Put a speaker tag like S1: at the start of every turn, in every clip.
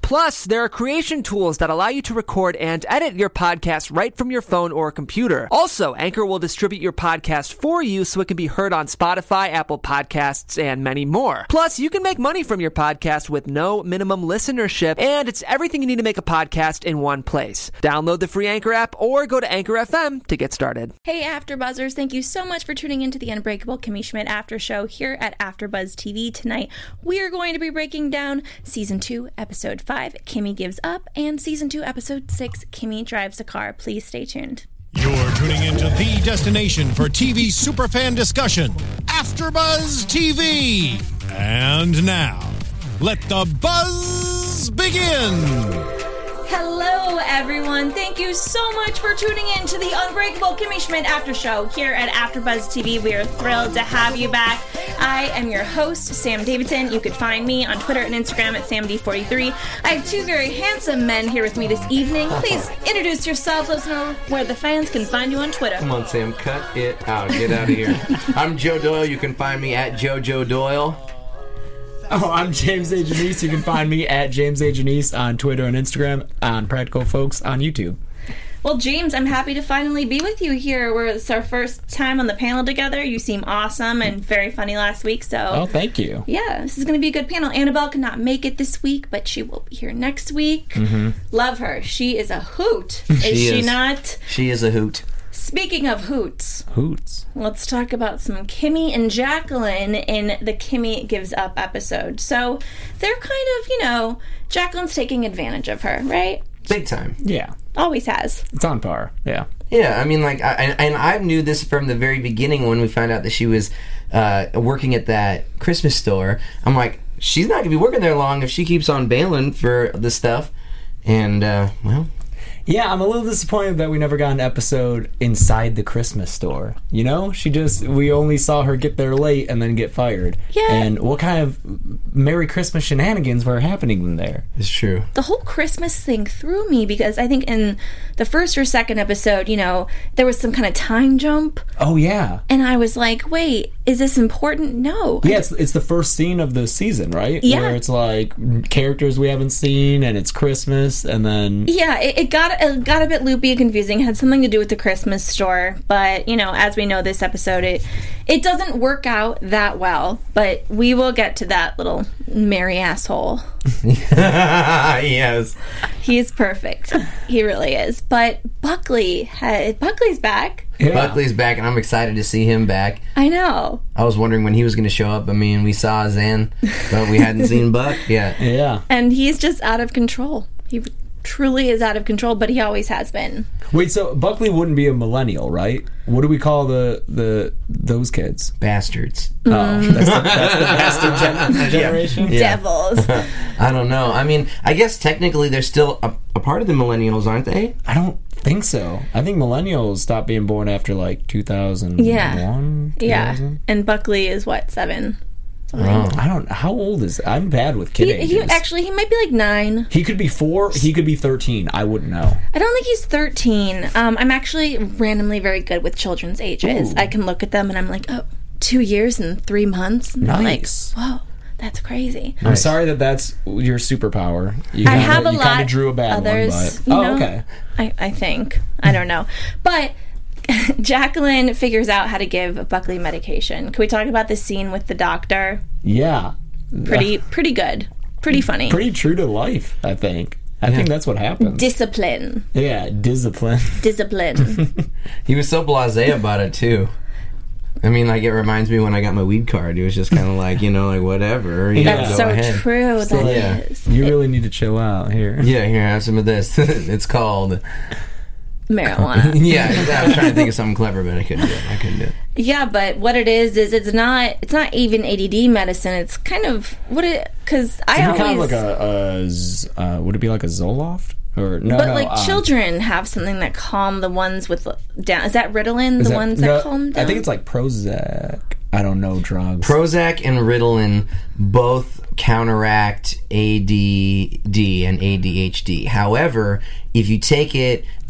S1: Plus, there are creation tools that allow you to record and edit your podcast right from your phone or computer. Also, Anchor will distribute your podcast for you so it can be heard on Spotify, Apple Podcasts, and many more. Plus, you can make money from your podcast with no minimum listenership, and it's everything you need to make a podcast in one place. Download the free Anchor app or go to Anchor FM to get started.
S2: Hey, AfterBuzzers! Thank you so much for tuning into the Unbreakable Kimmy Schmidt After Show here at AfterBuzz TV tonight. We are going to be breaking down season two, episode five, Kimmy Gives Up, and season two, episode six, Kimmy Drives a Car. Please stay tuned.
S3: You're tuning into the destination for TV superfan discussion, AfterBuzz TV. And now, let the buzz begin.
S2: Hello, everyone. Thank you so much for tuning in to the Unbreakable Kimmy Schmidt After Show here at AfterBuzz TV. We are thrilled to have you back. I am your host, Sam Davidson. You could find me on Twitter and Instagram at SamD43. I have two very handsome men here with me this evening. Please introduce yourselves. Let us know where the fans can find you on Twitter.
S4: Come on, Sam, cut it out. Get out of here. I'm Joe Doyle. You can find me at JoJo Doyle.
S5: Oh, I'm James A. Janice. You can find me at James A. Janice on Twitter and Instagram, on Practical Folks on YouTube.
S2: Well, James, I'm happy to finally be with you here. We're, it's our first time on the panel together. You seem awesome and very funny last week, so.
S5: Oh, thank you.
S2: Yeah, this is going to be a good panel. Annabelle could not make it this week, but she will be here next week. Love her. She is a hoot. Is she,
S4: She is.
S2: not?
S4: She is a hoot.
S2: Speaking of hoots,
S5: Hoots.
S2: let's talk about some Kimmy and Jacqueline in the Kimmy Gives Up episode. So they're kind of, you know, Jacqueline's taking advantage of her, right?
S4: Big time.
S5: Yeah,
S2: Always has.
S5: it's on par. Yeah.
S4: Yeah, I mean, like, I, and, and I knew this from the very beginning when we found out that she was uh, working at that Christmas store. I'm like, she's not going to be working there long if she keeps on bailing for the stuff. And, uh, well,
S5: Yeah, I'm a little disappointed that we never got an episode inside the Christmas store. You know, she just, we only saw her get there late and then get fired.
S2: Yeah.
S5: And what kind of Merry Christmas shenanigans were happening in there?
S4: it's true.
S2: the whole Christmas thing threw me because I think in the first or second episode, you know, there was some kind of time jump,
S5: Oh, yeah.
S2: and I was like, wait, is this important? No.
S5: Yeah, it's, it's the first scene of the season, right?
S2: Yeah.
S5: Where it's like characters we haven't seen and it's Christmas and then.
S2: Yeah, it, it got it got a bit loopy and confusing. It had something to do with the Christmas store, but you know, as we know, this episode it it doesn't work out that well. But we will get to that little merry asshole.
S4: yes.
S2: He is perfect. he really is. But Buckley, ha- Buckley's back.
S5: Yeah.
S4: Buckley's back, and I'm excited to see him back.
S2: I know.
S4: I was wondering when he was going to show up. I mean, we saw Zan, but we hadn't seen Buck yet.
S5: Yeah.
S2: and he's just out of control. He truly is out of control, but he always has been.
S5: Wait, so Buckley wouldn't be a millennial, right? What do we call the the those kids?
S4: Bastards.
S5: Oh,
S2: Mm.
S5: that's the, that's the bastard gen- generation.
S2: Devils.
S4: I don't know. I mean, I guess technically they're still a, a part of the millennials, aren't they?
S5: I don't think so. I think millennials stopped being born after like 2001.
S2: yeah.
S5: 2000?
S2: And Buckley is what seven? Oh.
S5: I don't. How old is? I'm bad with kid
S2: He,
S5: ages.
S2: he actually he might be like nine.
S5: He could be four. He could be 13. I wouldn't know.
S2: I don't think he's thirteen. Um, I'm actually randomly very good with children's ages. I can look at them and I'm like, oh, two years and three months. And I'm
S5: Nice.
S2: Like, whoa, that's crazy.
S5: I'm sorry that that's your superpower. You
S2: I have a
S5: you
S2: lot.
S5: Kinda drew a bad
S2: others,
S5: one,
S2: you
S5: but oh,
S2: know,
S5: okay.
S2: I, I think I don't know, but Jacqueline figures out how to give Buckley medication. Can we talk about the scene with the doctor?
S5: Yeah,
S2: Pretty, pretty good, pretty funny.
S5: pretty true to life. I think. I think that's what happened.
S2: discipline,
S5: yeah, discipline.
S2: discipline.
S4: He was so blasé about it too. I mean, like it reminds me when I got my weed card. It was just kind of like you know, like whatever. You
S2: That's so
S4: know, go ahead.
S2: true. That is.
S4: yeah.
S5: You really need to chill out here.
S4: Yeah, here have some of this. it's called.
S2: marijuana.
S4: Yeah, I was trying to think of something clever, but I couldn't do it. I couldn't do it.
S2: Yeah, but what it is is it's not it's not even ADD medicine. It's kind of what it because I
S5: It'd
S2: always
S5: be kind of like a, a z- uh, would it be like a Zoloft or no?
S2: But
S5: no,
S2: like
S5: um,
S2: children have something that calm the ones with down. Is that Ritalin? The
S5: is
S2: ones
S5: no,
S2: that calm down.
S5: I think it's like Prozac. I don't know drugs.
S4: Prozac and Ritalin both counteract ADD and ADHD. However, if you take it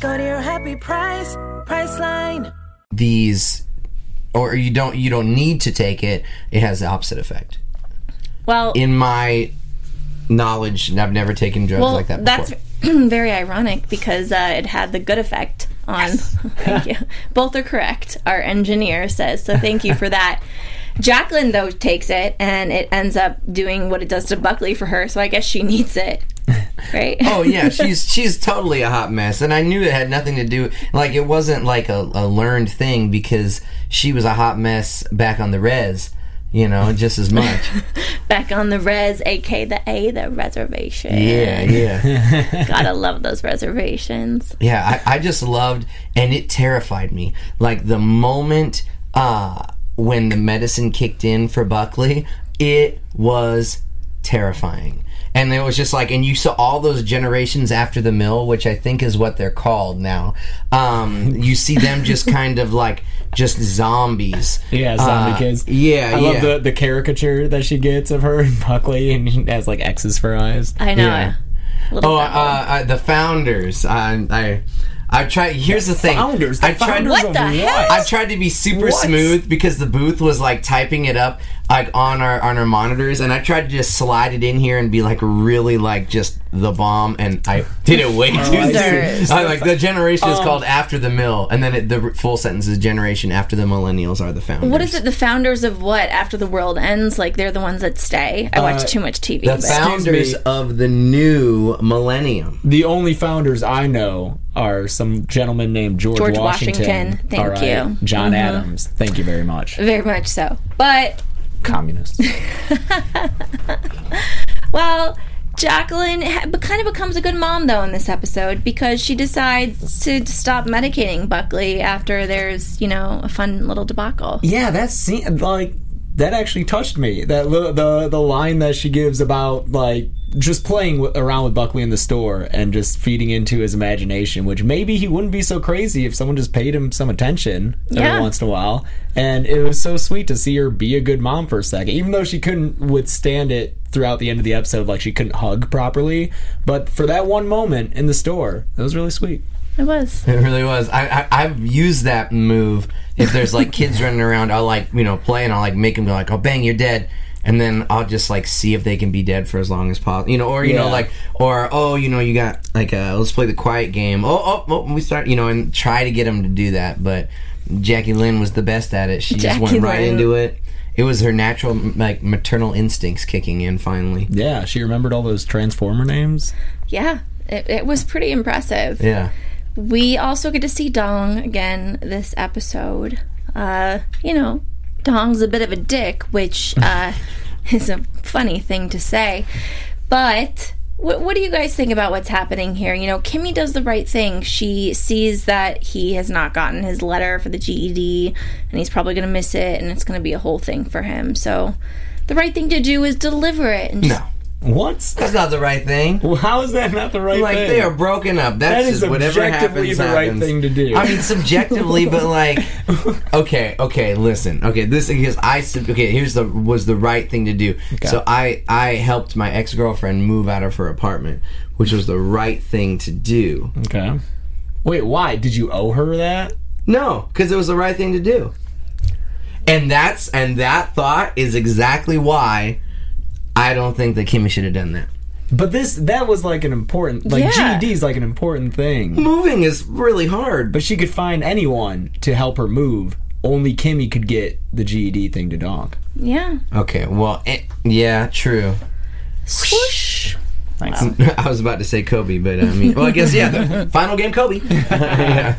S6: Go to your happy price, Priceline.
S4: these or you don't you don't need to take it it has the opposite effect
S2: Well,
S4: in my knowledge and i've never taken drugs
S2: well,
S4: like that before
S2: that's very ironic because uh, it had the good effect on. thank you. Both are correct. Our engineer says so. Thank you for that. Jacqueline though takes it and it ends up doing what it does to Buckley for her. So I guess she needs it, right?
S4: oh yeah she's she's totally a hot mess and i knew it had nothing to do like it wasn't like a, a learned thing because she was a hot mess back on the res you know just as much
S2: Back on the res, aka the A, the reservation.
S4: yeah yeah
S2: Gotta love those reservations.
S4: yeah I, I just loved and it terrified me like the moment uh when the medicine kicked in for buckley it was terrifying and it was just like and you saw all those generations after the mill which i think is what they're called now um you see them just kind of like just zombies
S5: Yeah, zombie
S4: Uh,
S5: kids.
S4: yeah
S5: I
S4: yeah
S5: love the, the caricature that she gets of her and Buckley, and she has like X's for eyes.
S2: I know.
S4: Yeah.
S2: Little
S4: Oh, uh,
S2: devil.
S4: uh, the founders. I, I, I tried. Here's the thing.
S5: Founders, the
S4: I tried.
S5: founders
S2: What
S5: of
S2: the hell?
S4: I tried to be super
S5: What?
S4: smooth because the booth was like typing it up like on our on our monitors, and I tried to just slide it in here and be like really like just the bomb, and I did it way too
S2: see.
S4: soon. Oh, I, Oh. like the generation is called after the mill, and then it, the r- full sentence is generation after the millennials are the founders.
S2: What is it? The founders of what? After the world ends, like they're the ones that stay. I watch too much TV.
S4: Uh, The
S2: but-
S4: founders
S5: me.
S4: of the new millennium.
S5: The only founders I know are some gentleman named George,
S2: George
S5: Washington.
S2: Washington, thank
S5: all right,
S2: you. Mm-hmm.
S5: John Adams. Thank you very much.
S2: very much so. But
S5: Communists.
S2: well, Jacqueline ha- but kind of becomes a good mom though in this episode because she decides to stop medicating Buckley after there's you know a fun little debacle.
S5: yeah, that scene, like that actually touched me. That li- the the line that she gives about like just playing w- around with Buckley in the store and just feeding into his imagination, which maybe he wouldn't be so crazy if someone just paid him some attention
S2: Yeah.
S5: every once in a while. And it was so sweet to see her be a good mom for a second, even though she couldn't withstand it throughout the end of the episode. Like she couldn't hug properly, but for that one moment in the store, it was really sweet.
S2: It was.
S4: It really was. I, I I've used that move. If there's like kids running around, I'll like you know play and I'll like make them go like, oh bang, you're dead, and then I'll just like see if they can be dead for as long as possible, you know, or you know
S5: Yeah.
S4: like or oh you know you got like uh, let's play the quiet game. Oh, oh oh we start you know and try to get them to do that, but Jackie Lynn was the best at it. She just
S2: Jackie
S4: went right
S2: Lynn.
S4: into it. It was her natural like maternal instincts kicking in finally.
S5: Yeah, she remembered all those Transformer names.
S2: Yeah, it, it was pretty impressive.
S4: Yeah.
S2: We also get to see Dong again this episode. Uh, you know, Dong's a bit of a dick, which uh, is a funny thing to say. But what, what do you guys think about what's happening here? You know, Kimmy does the right thing. She sees that he has not gotten his letter for the GED, and he's probably going to miss it, and it's going to be a whole thing for him. So the right thing to do is deliver it. And
S4: No,
S5: What?
S4: that's not the right thing.
S5: Well, how is that not the right
S4: like
S5: thing?
S4: they are broken up. That's
S5: That is
S4: just whatever
S5: objectively
S4: happens.
S5: the right
S4: happens.
S5: thing to do.
S4: I mean, subjectively, but like, okay, okay, listen, okay, this because I sub- okay here's the was the right thing to do. So I I helped my ex girlfriend move out of her apartment, which was the right thing to do.
S5: okay. Wait, why? Did you owe her that?
S4: No, because it was the right thing to do. And that's and that thought is exactly why I don't think that Kimmy should have done that.
S5: But this that was like an important like
S2: Yeah.
S5: GED is like an important thing.
S4: Moving is really hard, but
S5: But she could find anyone to help her move. Only Kimmy could get the GED thing to donk.
S2: yeah,
S4: okay, well, eh, yeah, true.
S2: swoosh.
S5: Thanks.
S4: uh, I was about to say Kobe, but I mean, well, I guess yeah. The final game, Kobe. yeah.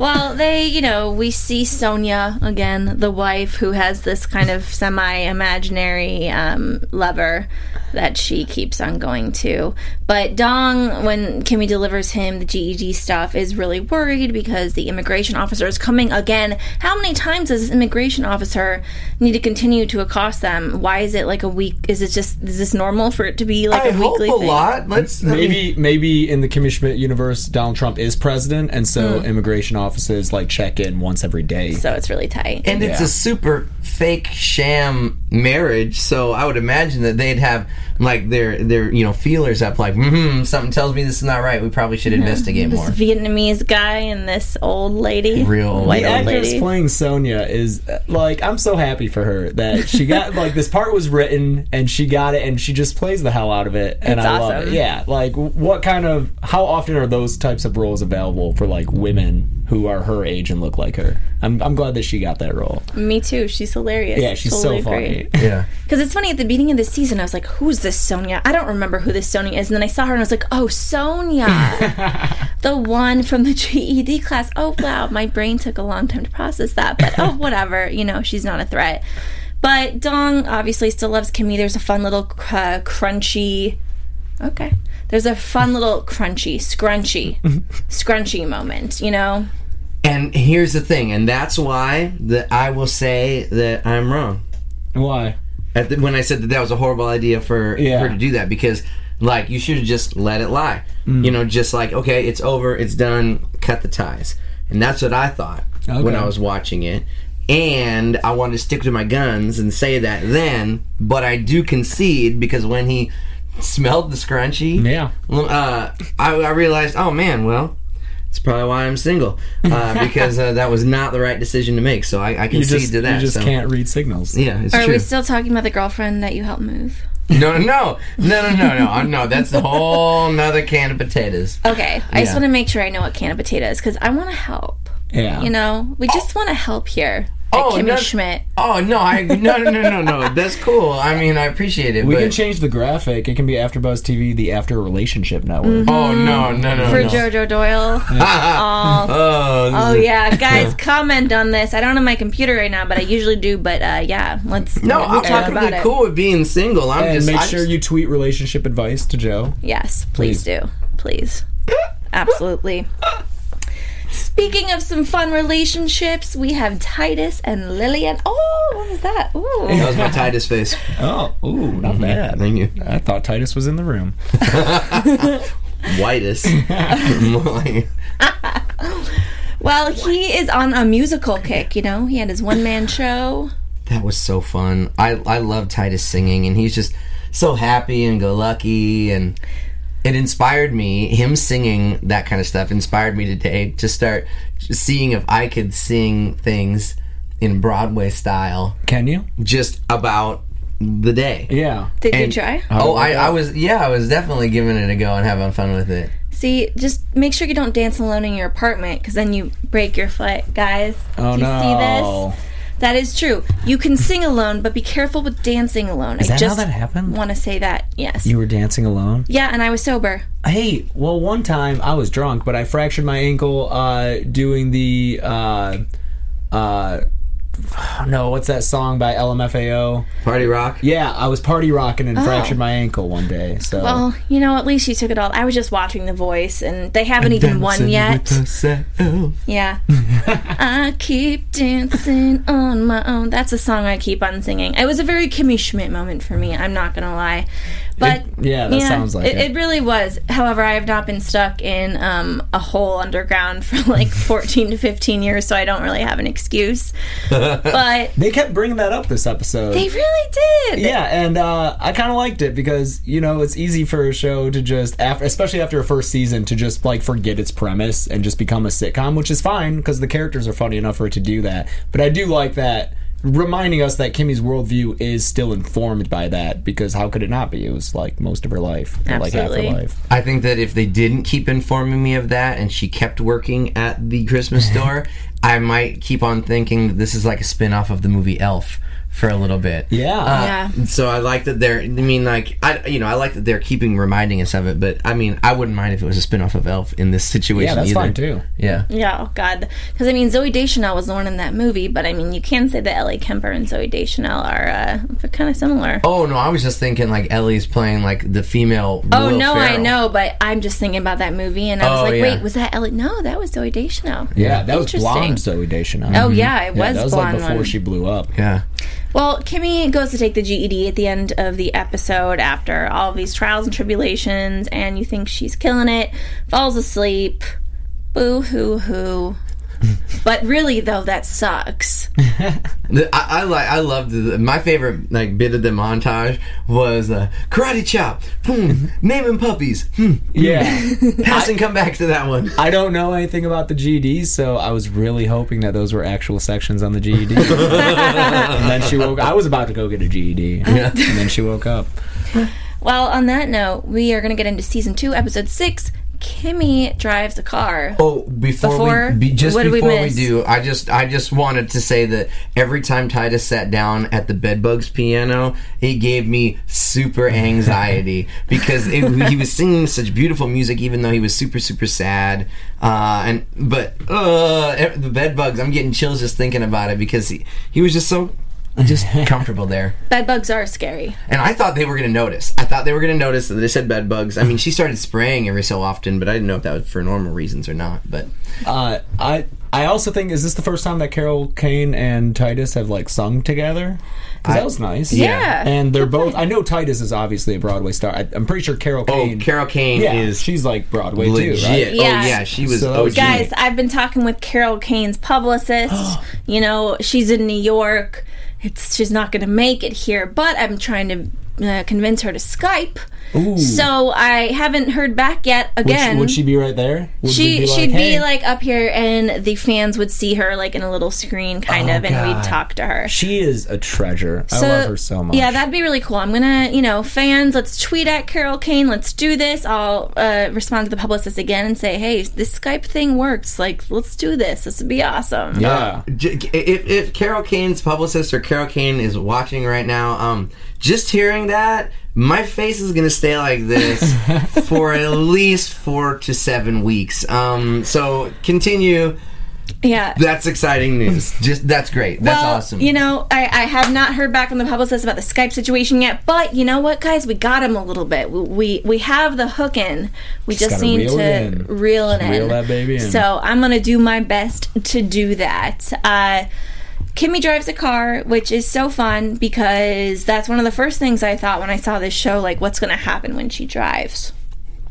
S2: Well, they, you know, we see Sonia again, the wife who has this kind of semi imaginary um, lover that she keeps on going to. But Dong, when Kimmy delivers him the GED stuff, is really worried because the immigration officer is coming again. How many times does this immigration officer need to continue to accost them? Why is it like a week? Is it just, is this normal for it to be like
S4: I
S2: a
S4: hope
S2: weekly
S4: a
S2: thing?
S4: lot. Let's I mean,
S5: Maybe, maybe in the Kimmy Schmidt universe, Donald Trump is president, and so
S4: Hmm.
S5: immigration offices like check in once every day.
S2: So it's really tight.
S4: and it's
S5: Yeah.
S4: a super fake sham marriage so i would imagine that they'd have like their their you know feelers up like mm-hmm something tells me this is not right we probably should investigate
S2: this
S4: more
S2: Vietnamese guy and this old lady.
S4: real
S5: the
S2: old
S5: actress
S2: lady.
S5: playing Sonia is uh, like I'm so happy for her that she got like this part was written and she got it and she just plays the hell out of it and
S2: It's
S5: I love
S2: awesome.
S5: it. Yeah, like w- what kind of how often are those types of roles available for like women who are her age and look like her? I'm I'm glad that she got that role.
S2: Me too. She's hilarious.
S5: Yeah, she's so funny.
S4: yeah
S2: Because it's funny at the beginning of the season, I was like, "Who's this Sonia?" I don't remember who this Sonia is, and then I saw her and I was like, "Oh, Sonia, the one from the GED class." Oh wow, my brain took a long time to process that, but oh whatever. You know, she's not a threat. But Dong obviously still loves Kimmy. There's a fun little uh, crunchy. Okay. There's a fun little crunchy, scrunchy, scrunchy moment. You know.
S4: and here's the thing and that's why that i will say that i'm wrong
S5: Why?
S4: At the, when i said that that was a horrible idea for
S5: Yeah.
S4: her to do that because like you should have just let it lie
S5: Mm.
S4: you know just like okay it's over it's done cut the ties and that's what i thought when
S5: Okay.
S4: i was watching it and I wanted to stick to my guns and say that then, but I do concede because when he smelled the scrunchie,
S5: Yeah.
S4: uh, I, I realized, oh man, well, that's probably why I'm single uh, because uh, that was not the right decision to make. So I, I
S5: You
S4: concede
S5: just
S4: to that.
S5: you just
S4: so-
S5: can't read signals.
S4: Yeah, it's
S2: Are
S4: true.
S2: we still talking about the girlfriend that you helped move?
S4: no, no, no, no, no, no, no, uh, no. That's a whole nother can of potatoes.
S2: Okay, I just
S5: Yeah.
S2: want to make sure I know what can of potato is because I want to help.
S5: Yeah.
S2: You know, we just want to help here. at
S4: Oh,
S2: Kimmy
S4: no-
S2: Schmidt.
S4: Oh no, I no, no, no, no, no. That's cool. I mean, I appreciate it.
S5: We
S4: but,
S5: can change the graphic. It can be AfterBuzz TV, the After Relationship Network.
S2: Mm-hmm.
S4: oh no, no, no,
S2: For
S4: no.
S2: JoJo Doyle. Aw.
S4: Oh, this
S2: oh,
S4: is-
S2: yeah. Guys, comment on this. I don't have my computer right now, but I usually do. But uh, yeah, let's
S4: No,
S2: we'll
S4: I'm
S2: talk about
S4: perfectly
S2: it.
S4: cool with being single. I'm
S5: And
S4: just
S5: make
S4: I
S5: sure
S4: just-
S5: you tweet relationship advice to Joe.
S2: Yes, please, do. Please. Absolutely. Speaking of some fun relationships, we have Titus and Lillian. Oh, what was that?
S4: That
S2: Ooh.
S4: was my Titus face.
S5: Oh, ooh, not bad.
S4: Thank you.
S5: I thought Titus was in the room.
S4: Whitest.
S2: Well, he is on a musical kick, you know? He had his one man show.
S4: That was so fun. I I love Titus singing, and he's just so happy and go lucky, and it inspired me. Him singing that kind of stuff inspired me today to start seeing if I could sing things in Broadway style,
S5: Can you?
S4: just about the day.
S5: Yeah.
S2: Did
S4: And-
S2: you try?
S4: Oh, I, I was yeah, I was definitely giving it a go and having fun with it.
S2: See, just make sure you don't dance alone in your apartment because then you break your foot, guys.
S5: Oh
S2: Do you
S5: no.
S2: see this? That is true. You can sing alone, but be careful with dancing alone.
S5: Is
S2: I
S5: that how
S2: just
S5: that happened?
S2: want to say that. Yes.
S5: You were dancing alone?
S2: yeah, and I was sober.
S5: Hey, well, one time I was drunk, but I fractured my ankle uh, doing the. Uh, uh, no, what's that song by LMFAO?
S4: Party rock.
S5: Yeah, I was party rocking and fractured my ankle one day. So
S2: Oh. Well, you know, at least you took it all. I was just watching The Voice, and they haven't even won yet. Yeah. I keep dancing on my own. That's a song I keep on singing. It was a very Kimmy Schmidt moment for me, I'm not going to lie. But
S5: yeah, that sounds like
S2: it,
S5: it.
S2: it really was. However, I have not been stuck in um, a hole underground for like 14 to 15 years, so I don't really have an excuse. but
S5: they kept bringing that up this episode.
S2: they really did.
S5: yeah, and uh, I kind of liked it because you know it's easy for a show to just, after, especially after a first season, to just like forget its premise and just become a sitcom, which is fine because the characters are funny enough for it to do that. But I do like that reminding us that Kimmy's worldview is still informed by that because how could it not be? It was like most of her life, or, like half her
S2: Absolutely.
S5: life.
S4: I think that if they didn't keep informing me of that and she kept working at the Christmas store, I might keep on thinking that this is like a spin off of the movie Elf for a little bit.
S5: Yeah.
S4: Uh, So I like that they're. I mean, like I, you know, I like that they're keeping reminding us of it. But I mean, I wouldn't mind if it was a spinoff of Elf in this situation.
S5: Yeah, that's
S4: either.
S5: fine too.
S4: Yeah.
S2: Yeah, oh God. Because I mean, Zoe Deschanel was the one in that movie, but I mean, you can say that Ellie Kemper and Zoe Deschanel are uh, kind of similar.
S4: Oh no, I was just thinking like Ellie's playing like the female.
S2: Oh
S4: Will
S2: no, I
S4: Ferrell.
S2: know, but I'm just thinking about that movie, and I was
S4: Oh,
S2: like,
S4: yeah.
S2: wait, was that Ellie? No, that was Zoe Deschanel.
S5: Yeah, that was
S2: Interesting.
S5: blonde Zoe Deschanel.
S2: Oh yeah, it was
S5: that was
S2: blonde
S5: like before
S2: one.
S5: she blew up.
S4: Yeah.
S2: Well, Kimmy goes to take the GED at the end of the episode after all of these trials and tribulations, and you think she's killing it, falls asleep, boo hoo hoo. but really, though, that sucks.
S4: The- I, I like. I loved the, my favorite like bit of the montage was uh, karate chop, boom, naming puppies, hmm,
S5: Yeah.
S4: pass and come back to that one.
S5: I don't know anything about the GEDs, so I was really hoping that those were actual sections on the GED. and then she woke I was about to go get a GED. And then she woke up.
S2: Well, on that note, we are going to get into season two, episode six. Kimmy drives a car.
S4: Oh, before,
S2: Before?
S4: we be, just
S2: What did we
S4: before we,
S2: miss?
S4: do, I just I just wanted to say that every time Titus sat down at the Bedbugs piano, it gave me super anxiety because it, he was singing such beautiful music, even though he was super super sad. Uh, and but uh, e- the Bedbugs, I'm getting chills just thinking about it because he he was just so just comfortable there.
S2: Bed bugs are scary.
S4: And I thought they were going to notice. I thought they were going to notice that they said bed bugs. I mean, she started spraying every so often, but I didn't know if that was for normal reasons or not. But
S5: Uh, I I also think is this the first time that Carol Kane and Titus have like sung together? 'Cause that was nice.
S2: Yeah.
S5: And they're both I know Titus is obviously a Broadway star. I, I'm pretty sure Carol Kane
S4: oh, Carol Kane
S5: yeah,
S4: is
S5: she's like Broadway too, right?
S4: legit.
S2: Yeah.
S4: Oh yeah, she was
S5: So-
S4: OG.
S2: Guys, I've been talking with Carol Kane's publicist. you know, she's in New York. It's she's not going to make it here, but I'm trying to uh, convince her to Skype. So I haven't heard back yet.
S5: Would she,
S2: Again,
S5: would she be right there? Would we
S2: she she'd
S5: "Hey,
S2: be like up here, and the fans would see her like in a little screen, kind of, and we'd
S5: Oh, God.
S2: talk to her.
S5: She is a treasure. I love her so much.
S2: Yeah, that'd be really cool. I'm gonna, you know, fans, let's tweet at Carol Kane. Let's do this. I'll uh, respond to the publicist again and say, hey, this Skype thing works. Like, let's do this. This would be awesome.
S5: yeah.
S4: J- if, if Carol Kane's publicist or Carol Kane is watching right now, um, just hearing that, my face is gonna stay like this for at least four to seven weeks. Um, so continue.
S2: Yeah.
S4: That's exciting news. Just that's great. That's
S2: well,
S4: awesome.
S2: you know, I, I have not heard back from the publicist about the Skype situation yet, but you know what, guys, we got him a little bit. We we, we have the hook in. We just,
S5: gotta
S2: need
S5: reel
S2: to
S5: it in.
S2: reel it
S5: Just
S2: in.
S5: reel that baby in.
S2: So I'm gonna do my best to do that. Uh, Kimmy drives a car, which is so fun because that's one of the first things I thought when I saw this show. Like, what's gonna happen when she drives?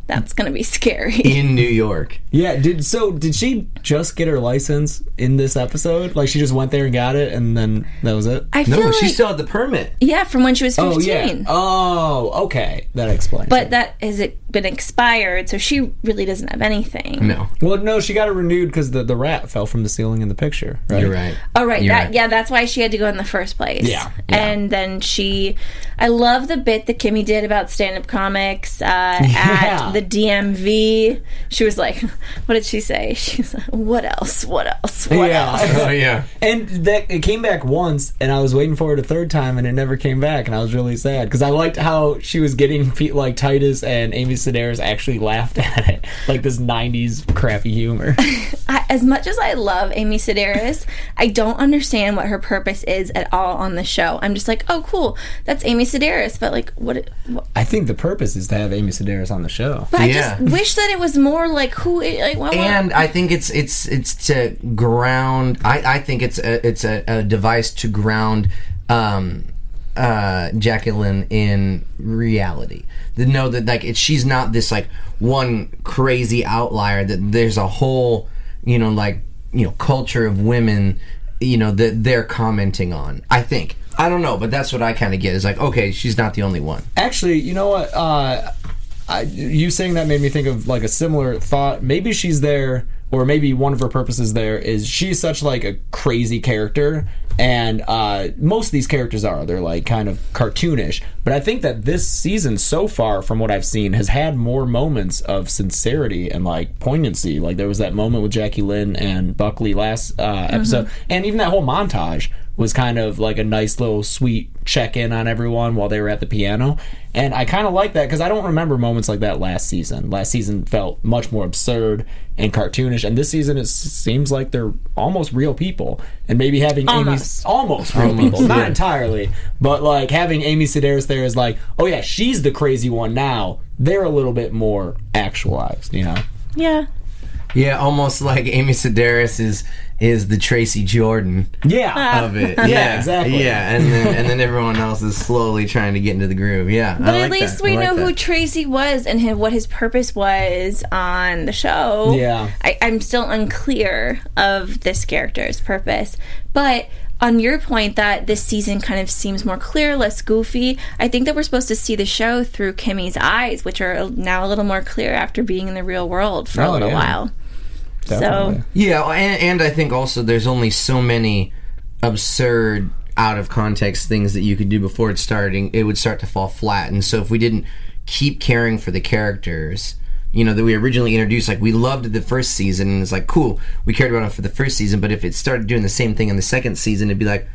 S2: That's gonna be scary.
S4: in New York.
S5: Yeah, did so did she just get her license in this episode? Like she just went there and got it and then that was it?
S2: I feel
S4: No,
S2: like
S4: she still had the permit.
S2: yeah, from when she was 15.
S5: Oh yeah. Oh, okay. That explains.
S2: But
S5: it.
S2: that has it been expired, so she really doesn't have anything.
S4: No,
S5: well, no, she got it renewed cuz the, the rat fell from the ceiling in the picture, right?
S4: you're right.
S2: Oh right,
S4: You're
S2: that
S4: right.
S2: yeah, that's why she had to go in the first place.
S5: Yeah, yeah.
S2: and then she, I love the bit that Kimmy did about stand-up comics uh, at
S5: Yeah.
S2: the DMV. She was like, "What did she say?" She's like, "What else? What else? What else?"
S5: Yeah.
S4: Oh yeah.
S5: and that it came back once and I was waiting for it a third time and it never came back and I was really sad cuz I liked how she was getting feet like Titus and Amy Sedaris actually laughed at it. Like this 90s crappy humor.
S2: I, as much as I love Amy Sedaris, I don't understand what her purpose is at all on the show. I'm just like, "Oh, cool, that's Amy Sedaris," but like, what? what
S5: I think the purpose is to have Amy Sedaris on the show.
S2: but I
S4: Yeah.
S2: just wish that it was more like who, like, why- why-
S4: and I think it's it's it's to ground. I, I think it's a it's a, a device to ground um, uh, Jacqueline in reality. To know that like it, she's not this like one crazy outlier. That there's a whole you know like you know culture of women you know that they're commenting on. I think I don't know, but that's what I kind of get. Is like okay, she's not the only one.
S5: Actually, you know what? Uh, I, you saying that made me think of like a similar thought. Maybe she's there, or maybe one of her purposes there is she's such like a crazy character, and uh, most of these characters are. They're like kind of cartoonish, but I think that this season so far, from what I've seen, has had more moments of sincerity and like poignancy. Like there was that moment with Jackie Lynn and Buckley last uh, episode, and even that whole montage was kind of like a nice little sweet check in on everyone while they were at the piano. And I kind of like that because I don't remember moments like that last season. Last season felt much more absurd and cartoonish, and this season it s- seems like they're almost real people. And maybe having Amy's
S2: Almost.
S5: almost real people, not entirely, but like having Amy Sedaris there is like, oh yeah, she's the crazy one now. They're a little bit more actualized, you know.
S2: Yeah.
S4: Yeah, almost like Amy Sedaris is is the Tracy Jordan
S2: Uh,
S5: Yeah,
S4: of it.
S5: Yeah, exactly.
S4: Yeah, and then and then everyone else is slowly trying to get into the groove. Yeah,
S2: But at least we know who Tracy was and hi- what his purpose was on the show.
S5: Yeah.
S2: I, I'm still unclear of this character's purpose. But on your point that this season kind of seems more clear, less goofy, I think that we're supposed to see the show through Kimmy's eyes, which are now a little more clear after being in the real world for a
S5: Oh,
S2: little
S5: yeah.
S2: while.
S5: Oh, Definitely.
S2: So
S4: Yeah, and, and I think also there's only so many absurd out of context things that you could do before it starting it would start to fall flat and so if we didn't keep caring for the characters you know that we originally introduced like we loved the first season and it's like cool we cared about them for the first season but if it started doing the same thing in the second season it'd be like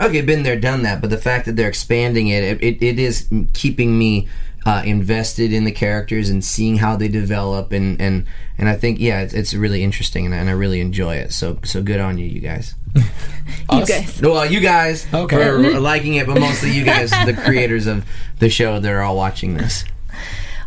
S4: okay been there done that but the fact that they're expanding it it, it, it is keeping me uh, invested in the characters and seeing how they develop and and and i think yeah it's, it's really interesting and, I- and i really enjoy it so so good on you you guys
S2: you guys.
S4: well you guys
S5: Okay.
S4: for liking it but mostly you guys the creators of the show that are all watching this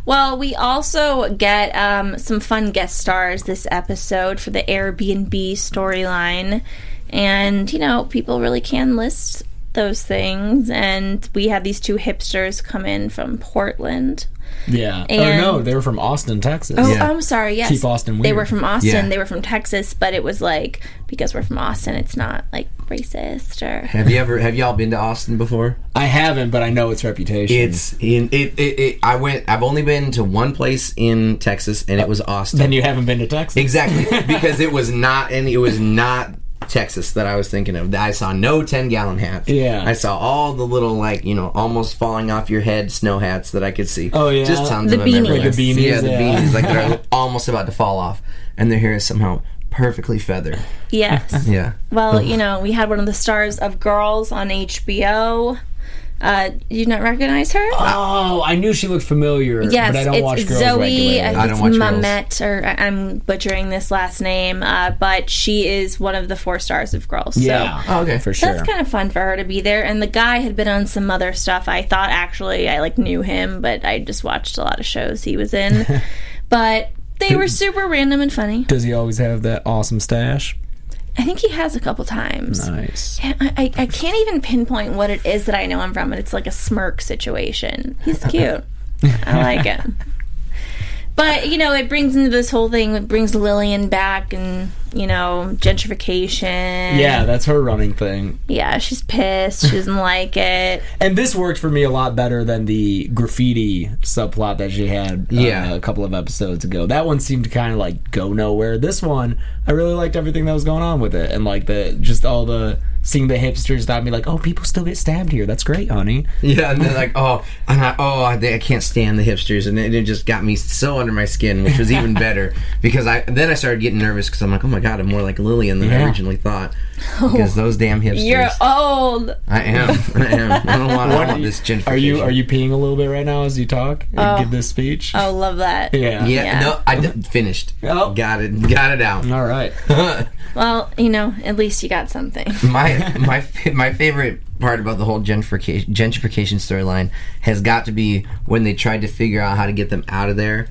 S2: Well, we also get um, some fun guest stars this episode for the Airbnb storyline. And, you know, people really can list those things. And we had these two hipsters come in from Portland.
S5: yeah. or
S2: And-
S5: no, they were from Austin, Texas.
S2: Oh,
S4: Yeah.
S2: I'm sorry. Yes.
S5: Keep Austin
S2: They
S5: weird.
S2: were from Austin.
S4: Yeah.
S2: They were from Texas. But it was like, because we're from Austin, it's not like racist or.
S4: have you ever have y'all been to austin before
S5: I haven't, but I know its reputation.
S4: it's in it, it, it i went i've only been to one place in texas and it was austin
S5: then you haven't been to Texas.
S4: Exactly, because it was not any. It was not Texas that I was thinking of. I saw no ten gallon hats.
S5: Yeah.
S4: I saw all the little like you know almost falling off your head snow hats that I could see.
S5: Oh, yeah.
S4: just tons
S2: The
S4: of them. everywhere.
S5: Like the beanies,
S4: yeah, the
S5: yeah.
S4: beanies like that are almost about to fall off, and their hair is somehow perfectly feathered.
S2: Yes.
S4: Yeah,
S2: Well, you know, we had one of the stars of Girls on HBO. Uh, you not recognize her?
S5: Oh, I knew she looked familiar,
S2: Yes,
S5: but I don't
S2: it's
S5: watch girls
S2: Zoe.
S5: regularly.
S2: I think
S4: I don't
S2: it's
S4: watch Girls.
S2: Mamet, or I- I'm butchering this last name, uh, but she is one of the four stars of Girls.
S5: yeah.
S2: So.
S4: Oh, okay.
S5: for sure.
S2: That's kind of fun for her to be there, and the guy had been on some other stuff. I thought actually I like knew him, but I just watched a lot of shows he was in. but they were super random and funny.
S5: Does he always have that awesome stash?
S2: I think he has a couple times.
S5: Nice.
S2: I, I, I can't even pinpoint what it is that I know him from, but it's like a smirk situation. He's cute. I like him. But, you know, it brings into this whole thing, it brings Lillian back and, you know, gentrification.
S5: Yeah, that's her running thing.
S2: Yeah, she's pissed. She doesn't like it.
S5: And this worked for me a lot better than the graffiti subplot that she had uh,
S4: Yeah.
S5: a couple of episodes ago. That one seemed to kind of like go nowhere. This one, I really liked everything that was going on with it and like the just all the seeing the hipsters not be like, "Oh, people still get stabbed here. That's great, honey."
S4: yeah. And they're like, oh, and I, oh, I, I can't stand the hipsters, and it, it just got me so under my skin, which was even better because I then I started getting nervous because I'm like, oh my god, I'm more like Lillian than I
S5: Yeah.
S4: originally thought because those damn hipsters.
S2: You're old.
S4: I am. I am. I don't want all of this gentrification.
S5: Are you are you peeing a little bit right now as you talk and give this speech?
S2: Oh, love that.
S5: yeah.
S4: Yeah,
S2: Yeah.
S4: No, I d- finished.
S5: Oh.
S4: Got it. Got it out.
S5: All right.
S2: Well, you know, at least you got something.
S4: my my fa- my favorite part about the whole gentrification gentrification storyline has got to be when they tried to figure out how to get them out of there,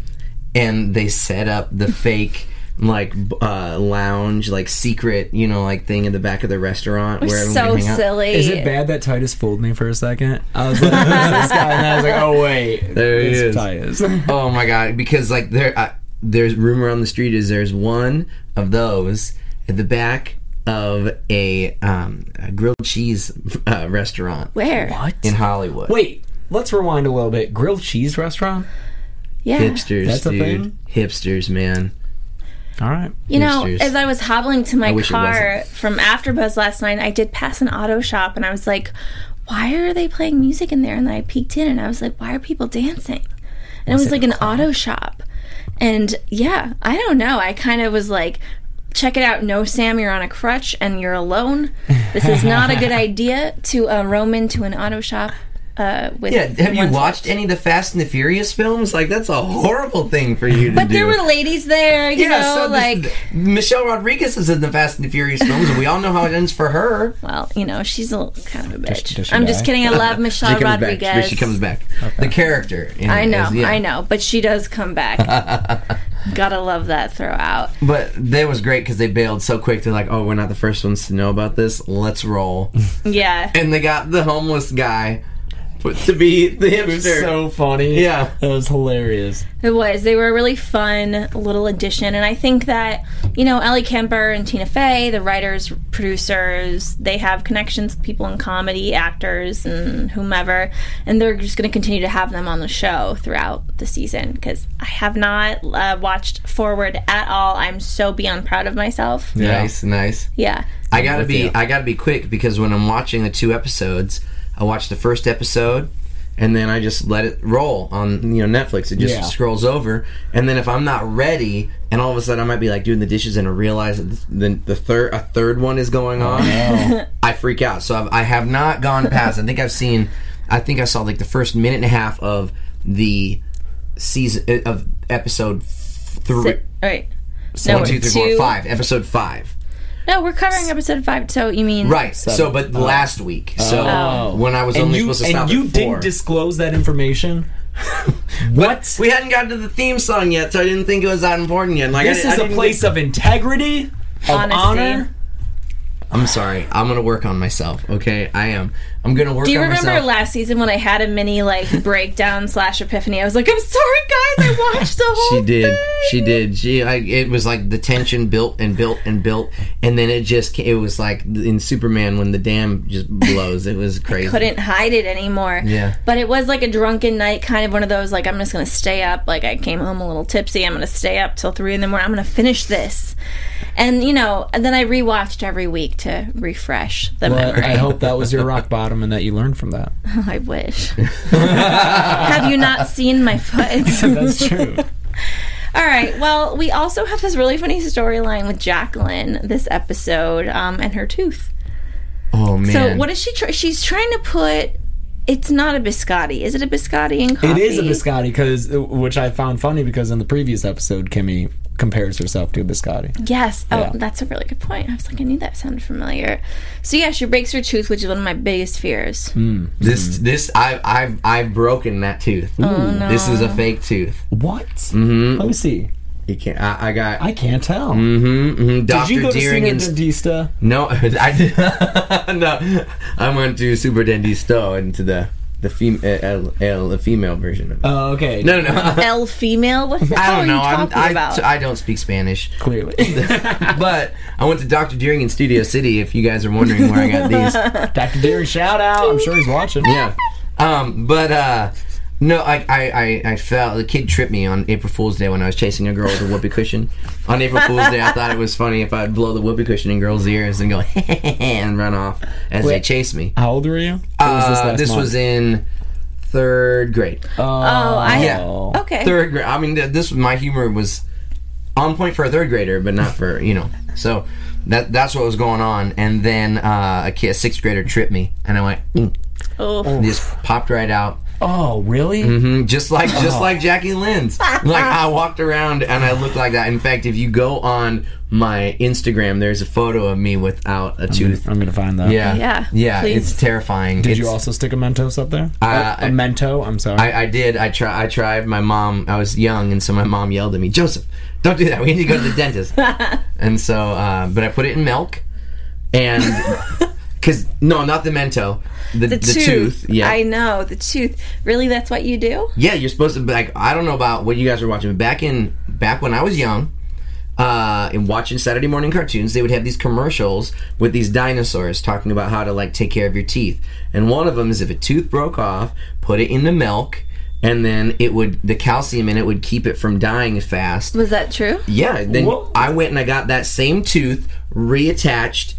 S4: and they set up the fake like b- uh, lounge, like secret, you know, like thing in the back of the restaurant where everyone
S2: so
S4: can hang out.
S2: silly.
S5: Is it bad that Titus fooled me for a second? I was like, "Who's this guy?" And I was like, "Oh wait,
S4: There he
S5: it's
S4: is.
S5: Titus."
S4: Oh my god! Because like there, uh, there's rumor on the street is there's one of those at the back of a, um, a grilled cheese uh, restaurant
S2: Where?
S4: in Hollywood.
S5: Wait, let's rewind a little bit. Grilled cheese restaurant.
S2: Yeah.
S4: hipsters,
S5: That's a
S4: dude.
S5: thing?
S4: Hipsters, man.
S5: All right.
S2: You know,
S4: Hipsters.
S2: as I was hobbling to my
S4: wish it
S2: car
S4: wasn't.
S2: from AfterBuzz last night, I did pass an auto shop, and I was like, "Why are they playing music in there?" And then I peeked in, and I was like, "Why are people dancing?" And it was like an auto shop, and yeah, I don't know. I kind of was like, "Check it out, no Sam, you're on a crutch and you're alone." This is not a good idea to uh, roam into an auto shop. Uh, with
S4: Yeah, have you
S2: one's-
S4: watched any of the Fast and the Furious films? Like that's a horrible thing for you to
S2: But
S4: do.
S2: there were ladies there, you
S4: yeah,
S2: know,
S4: so
S2: like
S4: this, Michelle Rodriguez is in the Fast and the Furious films, and we all know how it ends for her.
S2: well, you know, she's a little kind of a bitch.
S5: she- does she
S2: I'm just
S5: die?
S2: kidding. I love
S4: She
S2: Michelle
S4: comes
S2: Rodriguez.
S4: back. She comes back. The character. in
S2: I
S4: it
S2: know,
S4: is- yeah.
S2: I know, but she does come back. Gotta love that throwout.
S4: But that was great because they bailed so quick. They're like, "Oh, we're not the first ones to know about this. Let's roll."
S2: Yeah.
S4: and they got the homeless guy put to be the
S5: It was
S4: hipster.
S5: so funny.
S4: Yeah.
S5: That was hilarious.
S2: It was. They were a really fun little addition. And I think that, you know, Ellie Kemper and Tina Fey, the writers, producers, they have connections with people in comedy, actors, and whomever. And they're just going to continue to have them on the show throughout the season because I have not uh, watched Forward at all. I'm so beyond proud of myself. Yeah.
S4: nice, nice. I gotta
S5: with
S4: be
S5: you.
S4: I gotta be quick because when I'm watching the two episodes, I watch the first episode and then I just let it roll on you know Netflix. It just
S5: Yeah.
S4: scrolls over, and then if I'm not ready, and all of a sudden I might be like doing the dishes and I realize that the, the third a third one is going
S2: Oh,
S4: on, I freak out. So I've, I have not gone past. I think I've seen. I think I saw like the first minute and a half of the season uh, of episode
S2: So,
S4: three.
S2: all right. No,
S4: One, two, three, four,
S2: two-
S4: five. Episode five.
S2: No, we're covering episode five. So you mean.
S4: Right. So, but last week. So
S5: Oh.
S4: when I was
S5: and
S4: only
S5: you,
S4: supposed to stop
S5: and you
S4: at four.
S5: didn't disclose that information? what?
S4: we hadn't gotten to the theme song yet, so I didn't think it was that important yet. Like, I
S5: This
S4: di- I
S5: is a
S4: didn't-
S5: place of integrity, of
S2: Honesty.
S5: honor.
S4: I'm sorry. I'm gonna work on myself. Okay, I am. I'm gonna work.
S2: Do you
S4: on
S2: remember
S4: myself.
S2: last season when I had a mini like breakdown slash epiphany? I was like, I'm sorry, guys, I watched the whole.
S4: She did.
S2: thing."
S4: She did. She. I, it was like the tension built and built and built, and then it just. ca- It was like in Superman when the dam just blows. It was crazy.
S2: Couldn't hide it anymore.
S4: Yeah.
S2: But it was like a drunken night, kind of one of those like I'm just gonna stay up. Like I came home a little tipsy. I'm gonna stay up till three in the morning. I'm gonna finish this. And you know, and then I rewatched every week to refresh the
S5: But
S2: memory.
S5: I hope that was your rock bottom and that you learned from that.
S2: I wish. Have you not seen my foot?
S5: That's true.
S2: All right. Well, we also have this really funny storyline with Jacqueline this episode um, and her tooth.
S4: Oh man.
S2: So what is she? Try- she's trying to put. It's not a biscotti. Is it a biscotti in
S5: it
S2: coffee?
S5: is a biscotti because, which I found funny because in the previous episode, Kimmy compares herself to a biscotti.
S2: Yes. Oh,
S5: Yeah.
S2: that's a really good point. I was like, I knew that sounded familiar. So yeah, she breaks her tooth, which is one of my biggest fears.
S4: Mm. this? This I I've I've broken that tooth.
S2: Oh,
S4: This is a fake tooth.
S5: What? Mm-hmm. Mm. Let me see.
S4: You can't. I, I got.
S5: I can't tell. Did
S4: Mm-hmm, Doctor
S5: you go to
S4: Deering
S5: see
S4: and
S5: the dentista?
S4: No, I did. no, I went to Super Dendisto and to the the fem- uh, L, the female version of it.
S5: Oh, okay.
S4: no, no, no.
S2: L female. What the
S4: I
S2: hell
S4: don't know.
S2: are you
S4: I'm,
S2: talking
S4: I
S2: about?
S4: I don't speak Spanish,
S5: Clearly.
S4: but I went to Doctor Deering in Studio City. If you guys are wondering where I got these,
S5: Dr. Deering, shout out. I'm sure he's watching.
S4: yeah. Um, but uh, no, I, I I I fell. The kid tripped me on April Fool's Day when I was chasing a girl with a whoopee cushion. On April Fool's Day, I thought it was funny if I'd blow the whoopee cushion in girls' ears and go and run off as they
S5: Wait.
S4: chase me.
S5: How old were you?
S4: Uh, this was in third grade.
S2: oh, I
S4: yeah.
S2: okay.
S4: Third grade. I mean, th- this my humor was on point for a third grader, but not for you know. So that that's what was going on. And then uh, a kid, a sixth grader, tripped me, and I went, mm,
S2: Oh,
S4: just popped right out.
S5: Oh, really?
S4: Mm, Just like
S5: Oh.
S4: just like Jackie Lynn's. Like I walked around and I looked like that. In fact, if you go on my Instagram, there's a photo of me without a tooth.
S5: I'm gonna find that.
S4: Yeah,
S2: Yeah,
S4: yeah.
S2: please.
S4: It's terrifying.
S5: Did
S4: it's,
S5: you also stick a Mentos up there?
S4: Uh,
S5: a, a Mento. I'm sorry.
S4: I, I did. I try. I tried. My mom. I was young, and so my mom yelled at me, "Joseph, don't do that. We need to go to the dentist." and so, uh, but I put it in milk, and because no, not the mento, the, the,
S2: the, tooth.
S4: tooth. Yeah,
S2: I know the tooth. Really, that's what you do?
S4: yeah. You're supposed to like. I don't know about what you guys were watching, but back in back when I was young. Uh, and watching Saturday morning cartoons, they would have these commercials with these dinosaurs talking about how to like take care of your teeth. And one of them is if a tooth broke off, put it in the milk, and then it would the calcium in it would keep it from dying fast.
S2: Was that true?
S4: Yeah. Then
S5: Whoa.
S4: I went and I got that same tooth reattached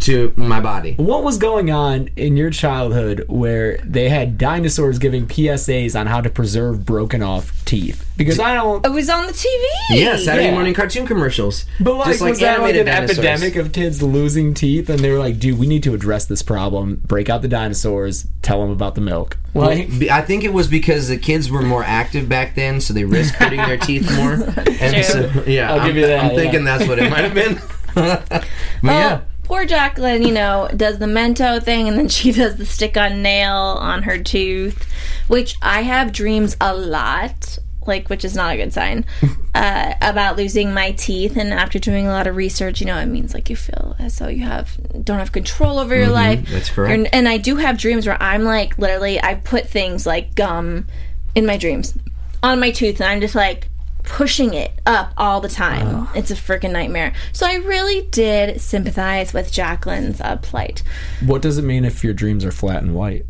S4: to my body.
S5: What was going on in your childhood where they had dinosaurs giving PSAs on how to preserve broken off teeth? Because I don't.
S2: It was on the TV.
S4: Yeah, Saturday
S5: Yeah.
S4: morning cartoon commercials.
S5: But like,
S4: Just like
S5: was that like
S4: animated
S5: an
S4: dinosaurs.
S5: epidemic of kids losing teeth, and they were like, "Dude, we need to address this problem. Break out the dinosaurs. Tell them about the milk." Like,
S4: Be- I think it was because the kids were more active back then, so they risked hurting their teeth more. And so, yeah,
S5: I'll
S4: am
S5: give you that,
S4: I'm
S5: yeah.
S4: thinking that's what it might have been. but yeah,
S2: Well, Oh, Poor Jacqueline, you know, does the Mento thing and then she does the stick on nail on her tooth, which I have dreams a lot, like, which is not a good sign, uh, about losing my teeth. And after doing a lot of research, you know, it means like you feel as though you have don't have control over your life.
S4: Mm-hmm. that's correct.
S2: And, and I do have dreams where I'm like, literally, I put things like gum in my dreams on my tooth, and I'm just like, pushing it up all the time. It's a freaking nightmare. So I really did sympathize with Jacqueline's uh, plight.
S5: what does it mean if your dreams are flat and white?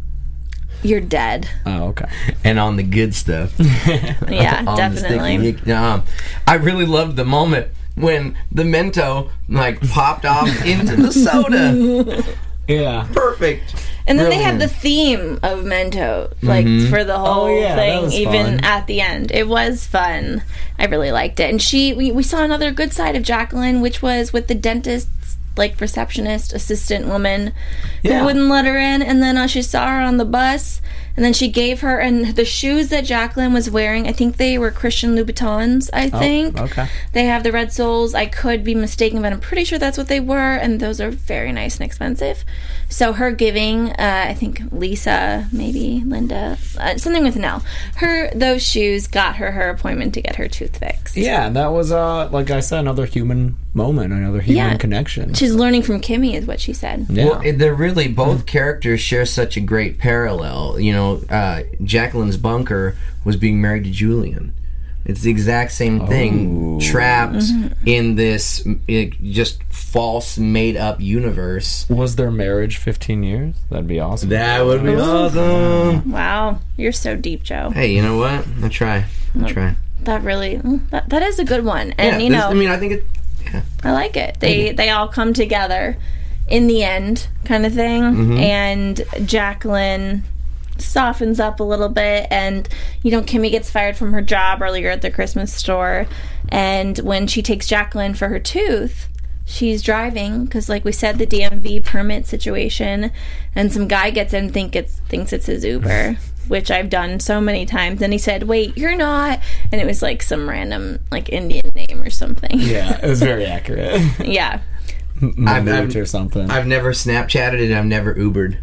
S2: You're dead.
S5: Oh, okay.
S4: and on the good stuff.
S2: Yeah,
S4: on the sticky
S2: definitely.
S4: ick. Nah, I really loved the moment when the Mento like popped off into the soda.
S5: Yeah.
S4: Perfect.
S2: And then they
S4: Brilliant.
S2: had the theme of Mento, like for the whole
S5: Oh, yeah, that
S2: thing,
S5: was
S2: even
S5: fun.
S2: at the end. It was fun. I really liked it. And she, we, we saw another good side of Jacqueline, which was with the dentist's like receptionist assistant woman
S5: Yeah.
S2: who wouldn't let her in. And then uh, she saw her on the bus, and then she gave her and the shoes that Jacqueline was wearing. I think they were Christian Louboutins. I think.
S5: Oh, okay.
S2: They have the red soles. I could be mistaken, but I'm pretty sure that's what they were. And those are very nice and expensive. So her giving, uh, I think Lisa, maybe Linda, uh, something with an L. Her those shoes got her her appointment to get her tooth fixed.
S5: Yeah, that was uh, like I said, another human moment, another human
S2: Yeah.
S5: connection.
S2: She's learning from Kimmy, is what she said.
S5: Yeah.
S4: Well, it- they're really both characters share such a great parallel. You know, uh, Jacqueline's bunker was being married to Julian. It's the exact same thing, trapped
S2: Mm-hmm.
S4: in this like, just false, made up universe.
S5: was their marriage 15 years? That'd be awesome.
S4: That would be
S2: Oh.
S4: awesome.
S2: Wow, you're so deep, Joe.
S4: Hey, you know what? I try. I try.
S2: That really, mm, that, that is a good one.
S4: Yeah,
S2: And you
S4: this-
S2: know,
S4: I mean, I think it.
S2: I like it. They they all come together in the end, kind of thing. And Jacqueline softens up a little bit, and you know Kimmy gets fired from her job earlier at the Christmas store, and when she takes Jacqueline for her tooth. She's driving because, like we said, the DMV permit situation, and some guy gets in think it's thinks it's his Uber, which I've done so many times. And he said, "Wait, you're not," and it was like some random like Indian name or something.
S5: Yeah, it was very accurate.
S2: yeah.
S5: Manute or something.
S4: I've never Snapchatted it. I've never Ubered.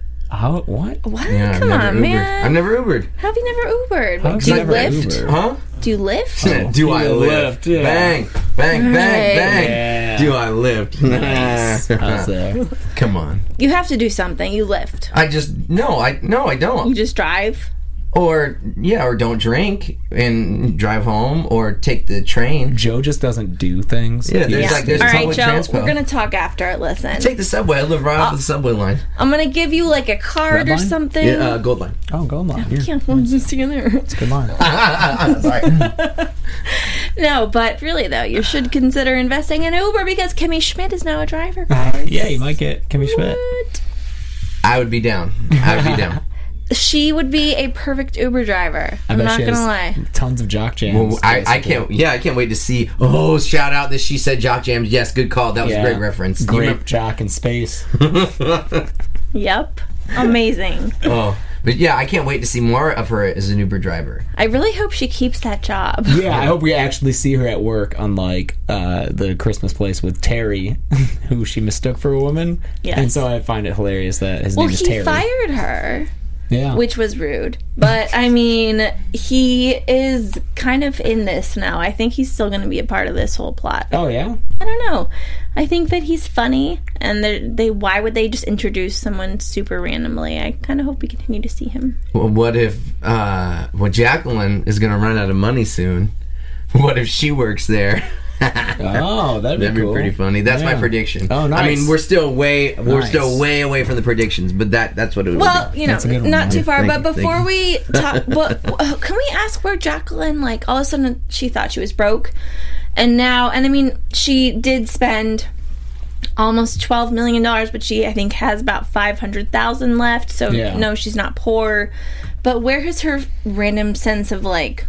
S5: How? What?
S2: What?
S4: Yeah,
S2: Come
S4: I've never
S2: on,
S4: Ubered.
S2: man.
S4: I've never Ubered.
S2: How have you never Ubered? What,
S5: How's
S2: do you
S5: never
S2: lift?
S5: Ubered?
S4: Huh?
S2: Do you lift?
S4: Do I
S5: Oh. You
S4: lift?
S5: lived, yeah.
S4: Bang, bang, bang,
S2: Right.
S4: bang.
S5: Yeah.
S4: Do I lift?
S5: I was there.
S4: Come on.
S2: You have to do something. You lift.
S4: I just no. I no. I
S2: You
S4: don't.
S2: just drive.
S4: Or yeah. Or don't drink and drive home. Or take the train.
S5: Joe just doesn't do things.
S4: Yeah, there's
S5: He's-
S4: like there's
S2: All right,
S4: public
S2: Joe.
S4: transport.
S2: We're gonna talk after. Listen,
S4: Take the subway. I live right off of the subway line.
S2: I'm gonna give you like a card
S5: Red
S2: or
S5: line?
S2: something.
S4: Yeah, uh, Gold Line.
S5: oh, go on. Yeah.
S2: yeah, we'll just see you there.
S5: Come on.
S4: Sorry.
S2: No, but really though, you should consider investing in Uber because Kimmy Schmidt is now a driver.
S4: Uh,
S5: yeah, you might get Kimmy Schmidt.
S2: What?
S4: I would be down. I would be down.
S2: She would be a perfect Uber driver.
S5: I
S2: I'm
S5: bet
S2: not
S5: she
S2: gonna
S5: has
S2: lie.
S5: Tons of jock jams.
S4: Well, I, I
S5: basically.
S4: can't. Yeah, I can't wait to see. Oh, shout out that she said Jock Jam. Yes, good call. That was a
S5: Yeah.
S4: great reference. You
S5: Grape
S4: remember-
S5: jock in space.
S2: Yep. Amazing.
S4: oh, but yeah, I can't wait to see more of her as an Uber driver.
S2: I really hope she keeps that job.
S5: yeah, I hope we actually see her at work, unlike uh, the Christmas place with Terry, who she mistook for a woman.
S2: Yes.
S5: And so I find it hilarious that his
S2: Well,
S5: name is
S2: he
S5: Terry.
S2: fired her.
S5: yeah.
S2: which was rude. But I mean, he is kind of in this now. I think he's still going to be a part of this whole plot.
S5: oh, yeah?
S2: I don't know. I think that he's funny, and they're- they why would they just introduce someone super randomly? I kind of hope we continue to see him.
S4: Well, what if? Uh, well, Jacqueline is going to run out of money soon. What if she works there?
S5: Oh, that'd be,
S4: That'd be
S5: cool.
S4: pretty funny. That's my
S5: Yeah.
S4: prediction.
S5: Oh, nice.
S4: I mean, we're still way, we're
S5: Nice.
S4: still way away from the predictions, but that that's what it would
S2: Well,
S4: be.
S2: you know,
S5: a good one,
S2: not too
S5: yeah.
S2: far.
S4: Thank
S2: But
S4: you, thank
S2: before
S4: you.
S2: we talk, what, what- can we ask where Jacqueline? Like all of a sudden, she thought she was broke, and now, and I mean, she did spend almost twelve million dollars, but she I think has about five hundred thousand left. So
S5: Yeah.
S2: no, she's not poor. But where has her random sense of like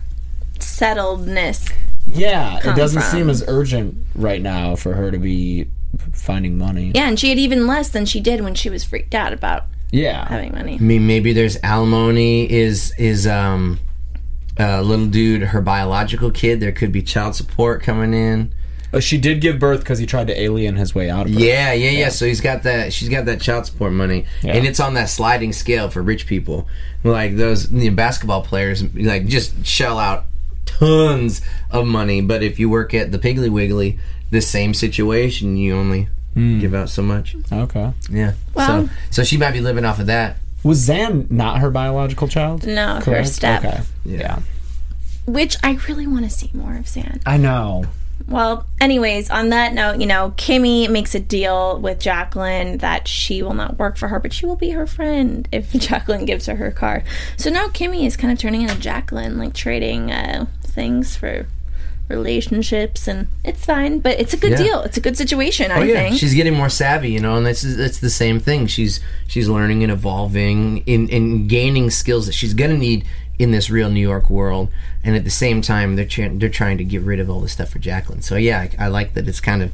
S2: settledness?
S5: Yeah, it
S2: come
S5: doesn't
S2: from.
S5: seem as urgent right now for her to be finding money.
S2: Yeah, and she had even less than she did when she was freaked out about
S5: Yeah.
S2: having money.
S4: I mean, maybe there's alimony. Is is um, uh, little dude her biological kid? There could be child support coming in.
S5: Uh, She did give birth because he tried to alien his way out of her.
S4: Yeah, yeah, yeah. So he's got that. She's got that child support money, and it's on that sliding scale for rich people. Like those you know, basketball players, like just shell out tons of money. But if you work at the Piggly Wiggly, the same situation, you only give out so much.
S5: Okay.
S4: Yeah.
S2: Well-
S4: so, so she might be living off of that.
S5: Was Zan not her biological child?
S2: No, her
S5: Correct?
S2: step.
S5: Okay.
S4: Yeah.
S2: Which I really want to see more of Zan.
S5: I know.
S2: Well, anyways, on that note, you know, Kimmy makes a deal with Jacqueline that she will not work for her, but she will be her friend if Jacqueline gives her her car. So now Kimmy is kind of turning into Jacqueline, like trading uh, things for relationships, and it's fine, but it's a good
S4: Yeah.
S2: deal. It's a good situation, I
S4: Oh yeah,
S2: think.
S4: she's getting more savvy, you know, and this is it's the same thing. She's she's learning and evolving in and gaining skills that she's gonna need in this real New York world. And at the same time, they're trying they're trying to get rid of all this stuff for Jacqueline. So yeah, I, I like that. It's kind of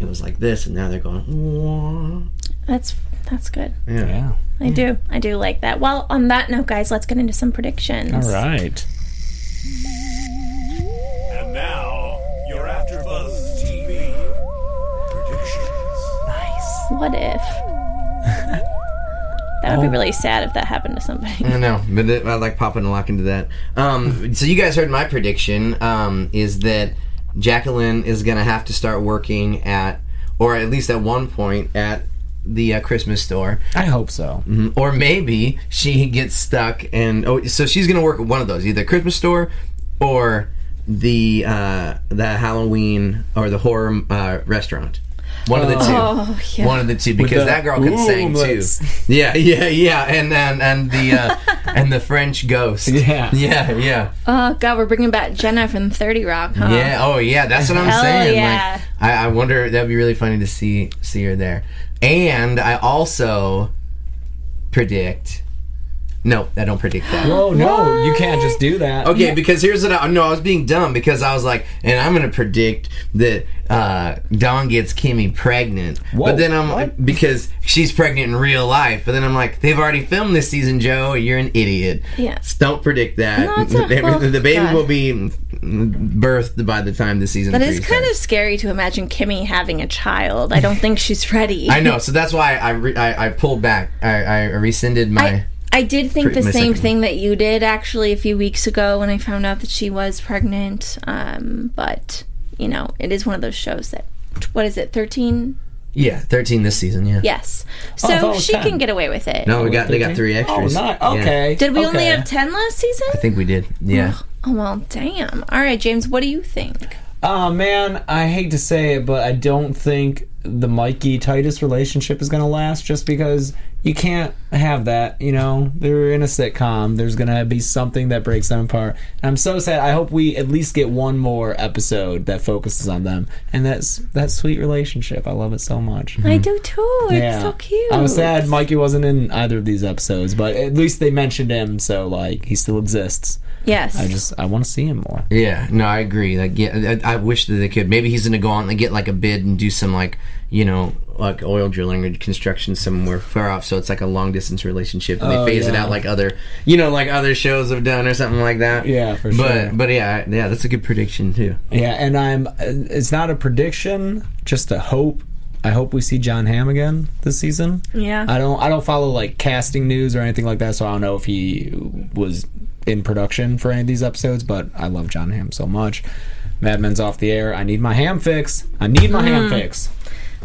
S4: it was like this, and now they're going. "Wah."
S2: that's that's good.
S5: Yeah.
S2: I do. I do like that. Well, on that note, guys, let's get into some predictions.
S5: All right.
S7: And now, your AfterBuzz TV predictions.
S2: What if? That would be really sad if that happened to somebody.
S4: I know, but it, I like popping a lock into that. Um, so you guys heard my prediction um, is that Jacqueline is going to have to start working at, or at least at one point at the uh, Christmas store,
S5: I hope so.
S4: or maybe she gets stuck and oh, so she's going to work at one of those, either Christmas store or the uh, the Halloween or the horror uh, restaurant. One of the two.
S2: Oh, yeah.
S4: One of the two, because
S5: the
S4: that girl can sing too.
S5: oomlets.
S4: Yeah, yeah, yeah, and and and the uh, and the French ghost.
S5: Yeah.
S4: yeah, yeah,
S2: Oh god, we're bringing back Jenna from Thirty Rock, huh?
S4: yeah. Oh, yeah. That's what I'm
S2: Oh,
S4: saying.
S2: Uh, yeah.
S4: Like, I, I wonder. That'd be really funny to see see her there. And I also predict. No, I don't predict that.
S5: Oh no, you can't just do that.
S4: Okay, because here's what I no, I was being dumb because I was like, and I'm gonna predict that uh, Don gets Kimmy pregnant,
S5: Whoa,
S4: but then I'm
S5: what?
S4: because she's pregnant in real life, but then I'm like, they've already filmed this season, Joe. You're an idiot.
S2: Yeah.
S4: Don't predict that.
S2: No, it's not-
S4: the,
S2: well,
S4: the baby
S2: God.
S4: will be birthed by the time the season.
S2: That
S4: three
S2: is kind
S4: starts.
S2: of scary to imagine Kimmy having a child. I don't think she's ready.
S4: I know, so that's why I re- I, I pulled back. I, I rescinded my.
S2: I, I did think
S4: Pretty-
S2: the
S4: my
S2: same
S4: second
S2: thing that you did actually a few weeks ago when I found out that she was pregnant. Um, but you know, it is one of those shows that what is it, thirteen?
S4: yeah, 13 this season. Yeah.
S2: Yes.
S5: I
S2: So
S5: thought it was
S2: she
S5: 10.
S2: can get away with it.
S4: Oh, No, we got they got three
S5: Oh,
S4: extras.
S5: not
S4: Yeah.
S5: okay.
S2: Did we only
S5: okay.
S2: have ten last season?
S4: I think we did. Yeah.
S2: Oh well, damn. All right, James, what do you think?
S5: Oh man, I hate to say it, but I don't think the Mikey Titus relationship is gonna last just because you can't have that, you know. They're in a sitcom. There's gonna be something that breaks them apart. And I'm so sad. I hope we at least get one more episode that focuses on them. And that's that sweet relationship. I love it so much.
S4: Hmm.
S2: I do too. It's so cute.
S5: I was sad Mikey wasn't in either of these episodes, but at least they mentioned him, so like he still exists.
S2: Yes.
S5: I just I wanna see him more.
S4: Yeah, no, I agree. Like, yeah, I, I wish that they could. Maybe he's gonna go on and get like a bid and do some like you know like oil drilling or construction somewhere far off. So it's like a long distance relationship, and
S5: Oh,
S4: they phase it
S5: yeah.
S4: out like other you know like other shows have done or something like that.
S5: Yeah, for sure.
S4: But but yeah, I- yeah, that's a good prediction too.
S5: Yeah, and I'm. It's not a prediction, just a hope. I hope we see John Hamm again this season.
S2: Yeah.
S5: I don't. I don't follow like casting news or anything like that, so I don't know if he was in production for any of these episodes. But I love John Hamm so much. Mad Men's off the air. I need my ham fix. I need my ham fix.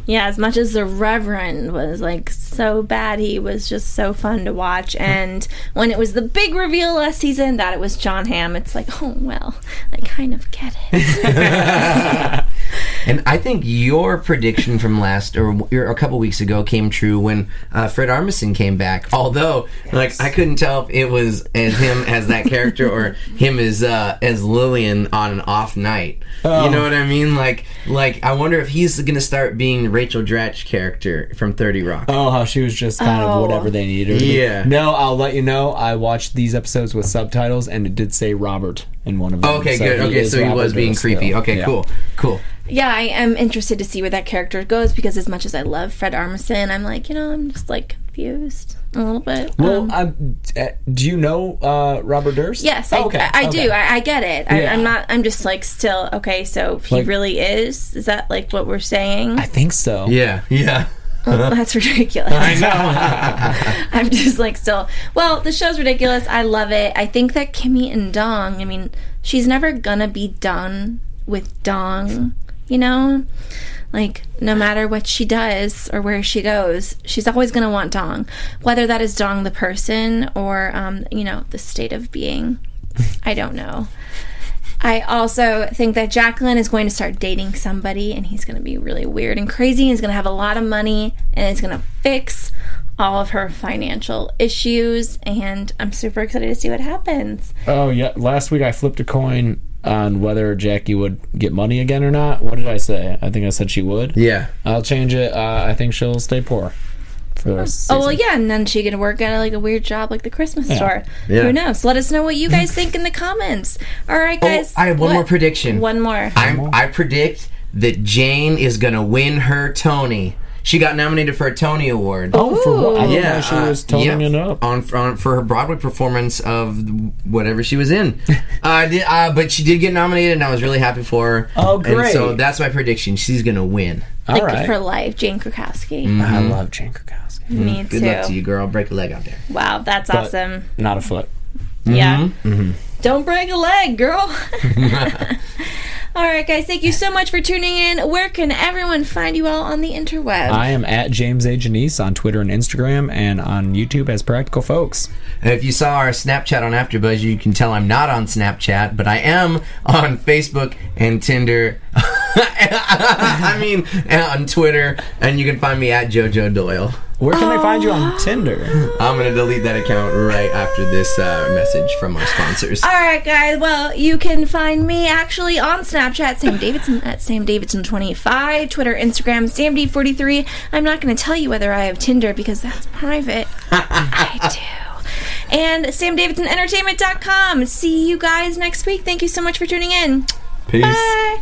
S2: Yeah, as much as the Reverend was like so bad, he was just so fun to watch. And when it was the big reveal last season that it was John Hamm, it's like, oh well, I kind of get it.
S4: And I think your prediction from last or, or a couple weeks ago came true when uh, Fred Armisen came back. Although, like, I couldn't tell if it was as him as that character or him as uh, as Lillian on an off night.
S5: Oh.
S4: You know what I mean? Like, like I wonder if he's going to start being the Rachel Dratch character from Thirty Rock.
S5: Oh, how she was just kind
S2: Oh.
S5: of whatever they needed. her to be.
S4: Yeah.
S5: No, I'll let you know. I watched these episodes with subtitles, and it did say Robert in one of them.
S4: Oh, Okay,
S5: so
S4: good.
S5: he
S4: Okay,
S5: is
S4: so he
S5: Robert
S4: was being
S5: Driscoll.
S4: creepy. Okay,
S5: Yeah.
S4: cool, cool.
S2: Yeah, I am interested to see where that character goes because as much as I love Fred Armisen, I'm like, you know, I'm just like confused a little bit. Um,
S5: Well, um, uh, do you know uh, Robert Durst?
S2: yes, I, I, I
S5: okay.
S2: do. I, I get it. I,
S5: Yeah.
S2: I'm not. I'm just like still okay. So he
S5: Like-
S2: really is. Is that like what we're saying?
S5: I think so.
S4: Yeah, yeah.
S2: That's ridiculous. I know. I'm just like still. Well, the show's ridiculous. I love it. I think that Kimmy and Dong. I mean, she's never gonna be done with Dong. You know, like no matter what she does or where she goes, she's always gonna want Dong. Whether that is Dong the person or um, you know the state of being, I don't know. I also think that Jacqueline is going to start dating somebody and he's going to be really weird and crazy. He's going to have a lot of money and it's going to fix all of her financial issues. And I'm super excited to see what happens.
S5: Oh yeah. Last week I flipped a coin on whether Jackie would get money again or not. What did I say? I think I said she would.
S4: Yeah.
S5: I'll change it. Uh, I think she'll stay poor for the rest. Of the
S2: Oh, well,
S5: season.
S2: yeah. And then she could work at like a weird job like the Christmas store.
S4: Yeah.
S2: Who knows? Let us know what you guys think in the comments. All right,
S4: Oh,
S2: guys.
S4: I have one
S2: What-
S4: more prediction.
S2: One more.
S4: I'm, I predict that Jane is gonna win her Tony. She got nominated for a Tony Award.
S5: Oh, for what? I didn't know
S4: yeah,
S5: she
S4: uh,
S5: was toning
S4: yeah,
S5: it up.
S4: on, on for her Broadway performance of whatever she was in. uh, did, uh, but she did get nominated, and I was really happy for her.
S5: Oh,
S4: And so
S5: great.
S4: that's my prediction. She's gonna win.
S5: All
S2: like
S5: right.
S2: for life, Jane Krakowski.
S4: Mm-hmm.
S5: I love Jane Krakowski.
S2: Me
S4: Good
S2: too.
S4: luck to you, girl. Break a leg out there.
S2: Wow, that's
S5: But-
S2: awesome.
S5: Not a foot.
S2: Yeah. Don't break a leg, girl. all right, guys. Thank you so much for tuning in. Where can everyone find you all on the interweb?
S5: I am at James A. Janice on Twitter and Instagram and on YouTube as Practical Folks.
S4: And if you saw our Snapchat on AfterBuzz, you can tell I'm not on Snapchat, but I am on Facebook and Tinder. I mean, and on Twitter, and you can find me at JoJo Doyle.
S5: Where can they find you on Tinder?
S4: I'm gonna delete that account right after this uh, message from our sponsors.
S2: all right, guys. Well, you can find me actually on Snapchat, Sam Davidson at Sam Davidson twenty five, Twitter, Instagram, Sam D forty three. I'm not going to tell you whether I have Tinder because that's private. I do. And SamDavidsonEntertainment.com. See you guys next week. Thank you so much for tuning in.
S4: Peace.
S2: Bye.